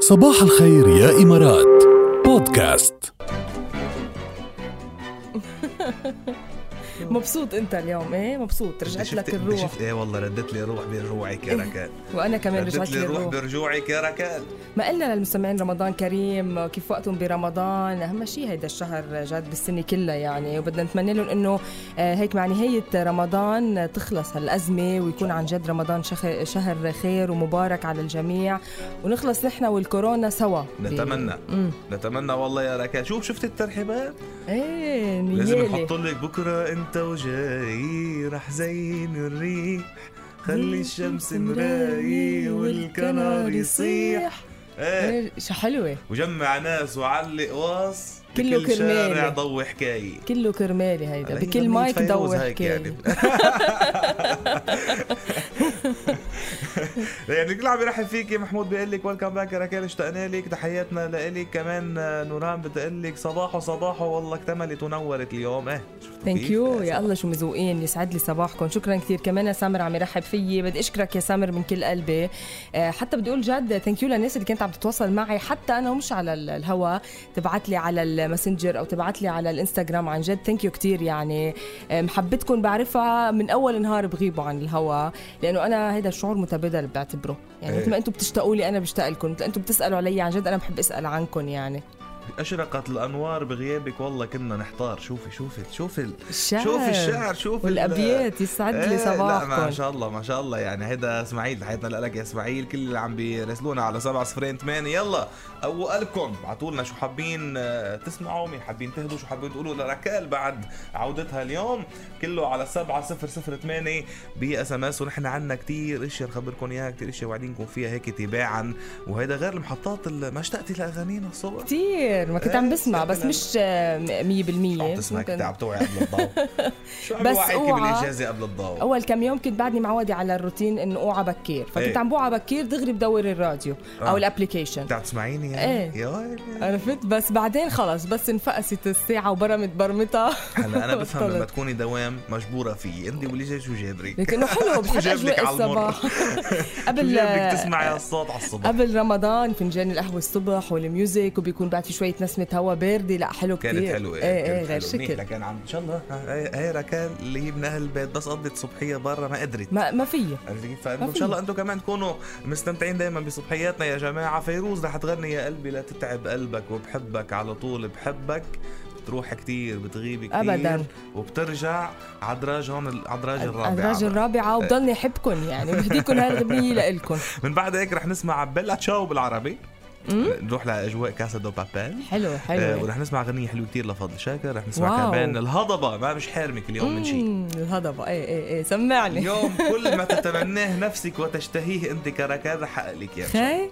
صباح الخير يا إمارات بودكاست مبسوط انت اليوم ايه مبسوط رجعت لك الروح شفت ايه والله ردت لي الروح برجوعك يا ركان وانا كمان ردت رجعت لي لي الروح الروح برجوعك يا ركان ما قلنا للمستمعين رمضان كريم كيف وقتهم برمضان اهم شيء هيدا الشهر جاد بالسنه كلها يعني وبدنا نتمنى لهم انه آه، هيك مع نهايه رمضان تخلص هالازمه ويكون عن جد رمضان شخ- شهر خير ومبارك على الجميع ونخلص نحن والكورونا سوا نتمنى. امم نتمنى والله يا ركان شوف شفت الترحيبات ايه لازم نيالي نحط لك بكره انت وجاي رح زين الريح خلي الشمس مراي والكنار يصيح ايه إيه، شو حلوه وجمع ناس وعلق واص كله بكل شارع كرمالي. ضو حكايه كله كرمالي هيدا هلا هي بكل أغنية مايك فيروز ضوي هيك حكايه يعني يعني كل عم يرحب فيك يا محمود بيقول لك ويلكم باك يا ركال اشتقنا لك تحياتنا لإلك كمان آه، نوران بتقول لك صباحو صباحو والله اكتملت ونورت اليوم ايه شفتوا ثانك كيف؟ يو آه، يا الله شو مزوقين يسعد لي صباحكم شكرا كثير كمان يا سامر عم يرحب فيي بدي اشكرك يا سامر من كل قلبي آه، حتى بدي اقول جد ثانك يو للناس اللي كانت عم تتواصل معي حتى انا ومش على ال- الهوا تبعت لي على الماسنجر او تبعت لي على الانستغرام عن جد ثانك يو كثير يعني آه، محبتكم بعرفها من اول نهار بغيبوا عن الهوا لانه انا هيدا الشعور متبادل بعتبره يعني إيه. مثل ما انتم بتشتاقوا لي انا بشتاق لكم مثل انتم بتسالوا علي عن جد انا بحب اسال عنكم يعني اشرقت الانوار بغيابك والله كنا نحتار شوفي شوفي شوفي ال- الشعر شوفي الشعر شوفي ال- والابيات يسعد إيه، لي لا ما صباحكم شاء الله ما شاء الله يعني هيدا اسماعيل تحياتنا لك يا اسماعيل كل اللي عم بيرسلونا على 7 صفرين 8 يلا او قلبكم ابعتوا لنا شو حابين آه، تسمعوا مين حابين تهدوا شو حابين تقولوا لركال بعد عودتها اليوم كله على 7 صفر صفر 8 باس ام اس ونحن عنا كثير اشياء نخبركم اياها كثير اشياء واعدينكم فيها هيك تباعا وهيدا غير المحطات اللي ما اشتقتي لاغانينا الصبح كتير ما كنت عم إيه، بسمع بس سهلاً. مش آه، مية شو بالمية عم تسمعي ممكن. كنت عم توعي قبل الضوء شو عم بس بوعيكي اوعى. بالاجازه قبل الضوء اول كم يوم كنت بعدني معودة على الروتين انه اوعى بكير فكنت إيه. عم بوعى بكير دغري بدور الراديو آه. او الابلكيشن انت عم تسمعيني إيه. يعني؟ يا ويلي. عرفت بس بعدين خلص بس انفقست الساعة وبرمت برمتها هلا انا بفهم لما بطلت. تكوني دوام مجبوره فيه انت ولي جاي شو جابرك لكنه حلو شو بحب جابلك اجواء على المر الصباح شو قبل جابلك تسمعي الصوت على الصبح قبل رمضان فنجان القهوة الصبح والميوزك وبيكون بعد في شوية نسمة هواء باردة لا حلو كتير كانت حلوه ايه ايه كانت غير حلوة. منيح شكل لكن عم ان شاء الله هي ركان اللي هي من اهل البيت بس قضت صبحيه برا ما قدرت ما ما فيي عرفت كيف؟ فانتم ما ان في. شاء الله انتم كمان تكونوا مستمتعين دائما بصبحياتنا يا جماعه فيروز رح تغني يا قلبي لا تتعب قلبك وبحبك على طول بحبك بتروح كتير بتغيب كتير أبداً. وبترجع عدراج هون عدراج الرابع الدرجة الرابعة آه. وبضلني أحبكم يعني بهديكم هالغنية لإلكم من بعد هيك رح نسمع بيلا تشاو بالعربي نروح لاجواء كاسا دو بابيل حلوة آه، حلوة ورح نسمع غنية حلوة كتير لفضل شاكر رح نسمع واو. كمان الهضبة ما مش حارمك اليوم من شيء مم، الهضبة ايه ايه ايه سمعني اليوم كل ما تتمناه نفسك وتشتهيه انت كركان رح اقلك يا مشاكل. خي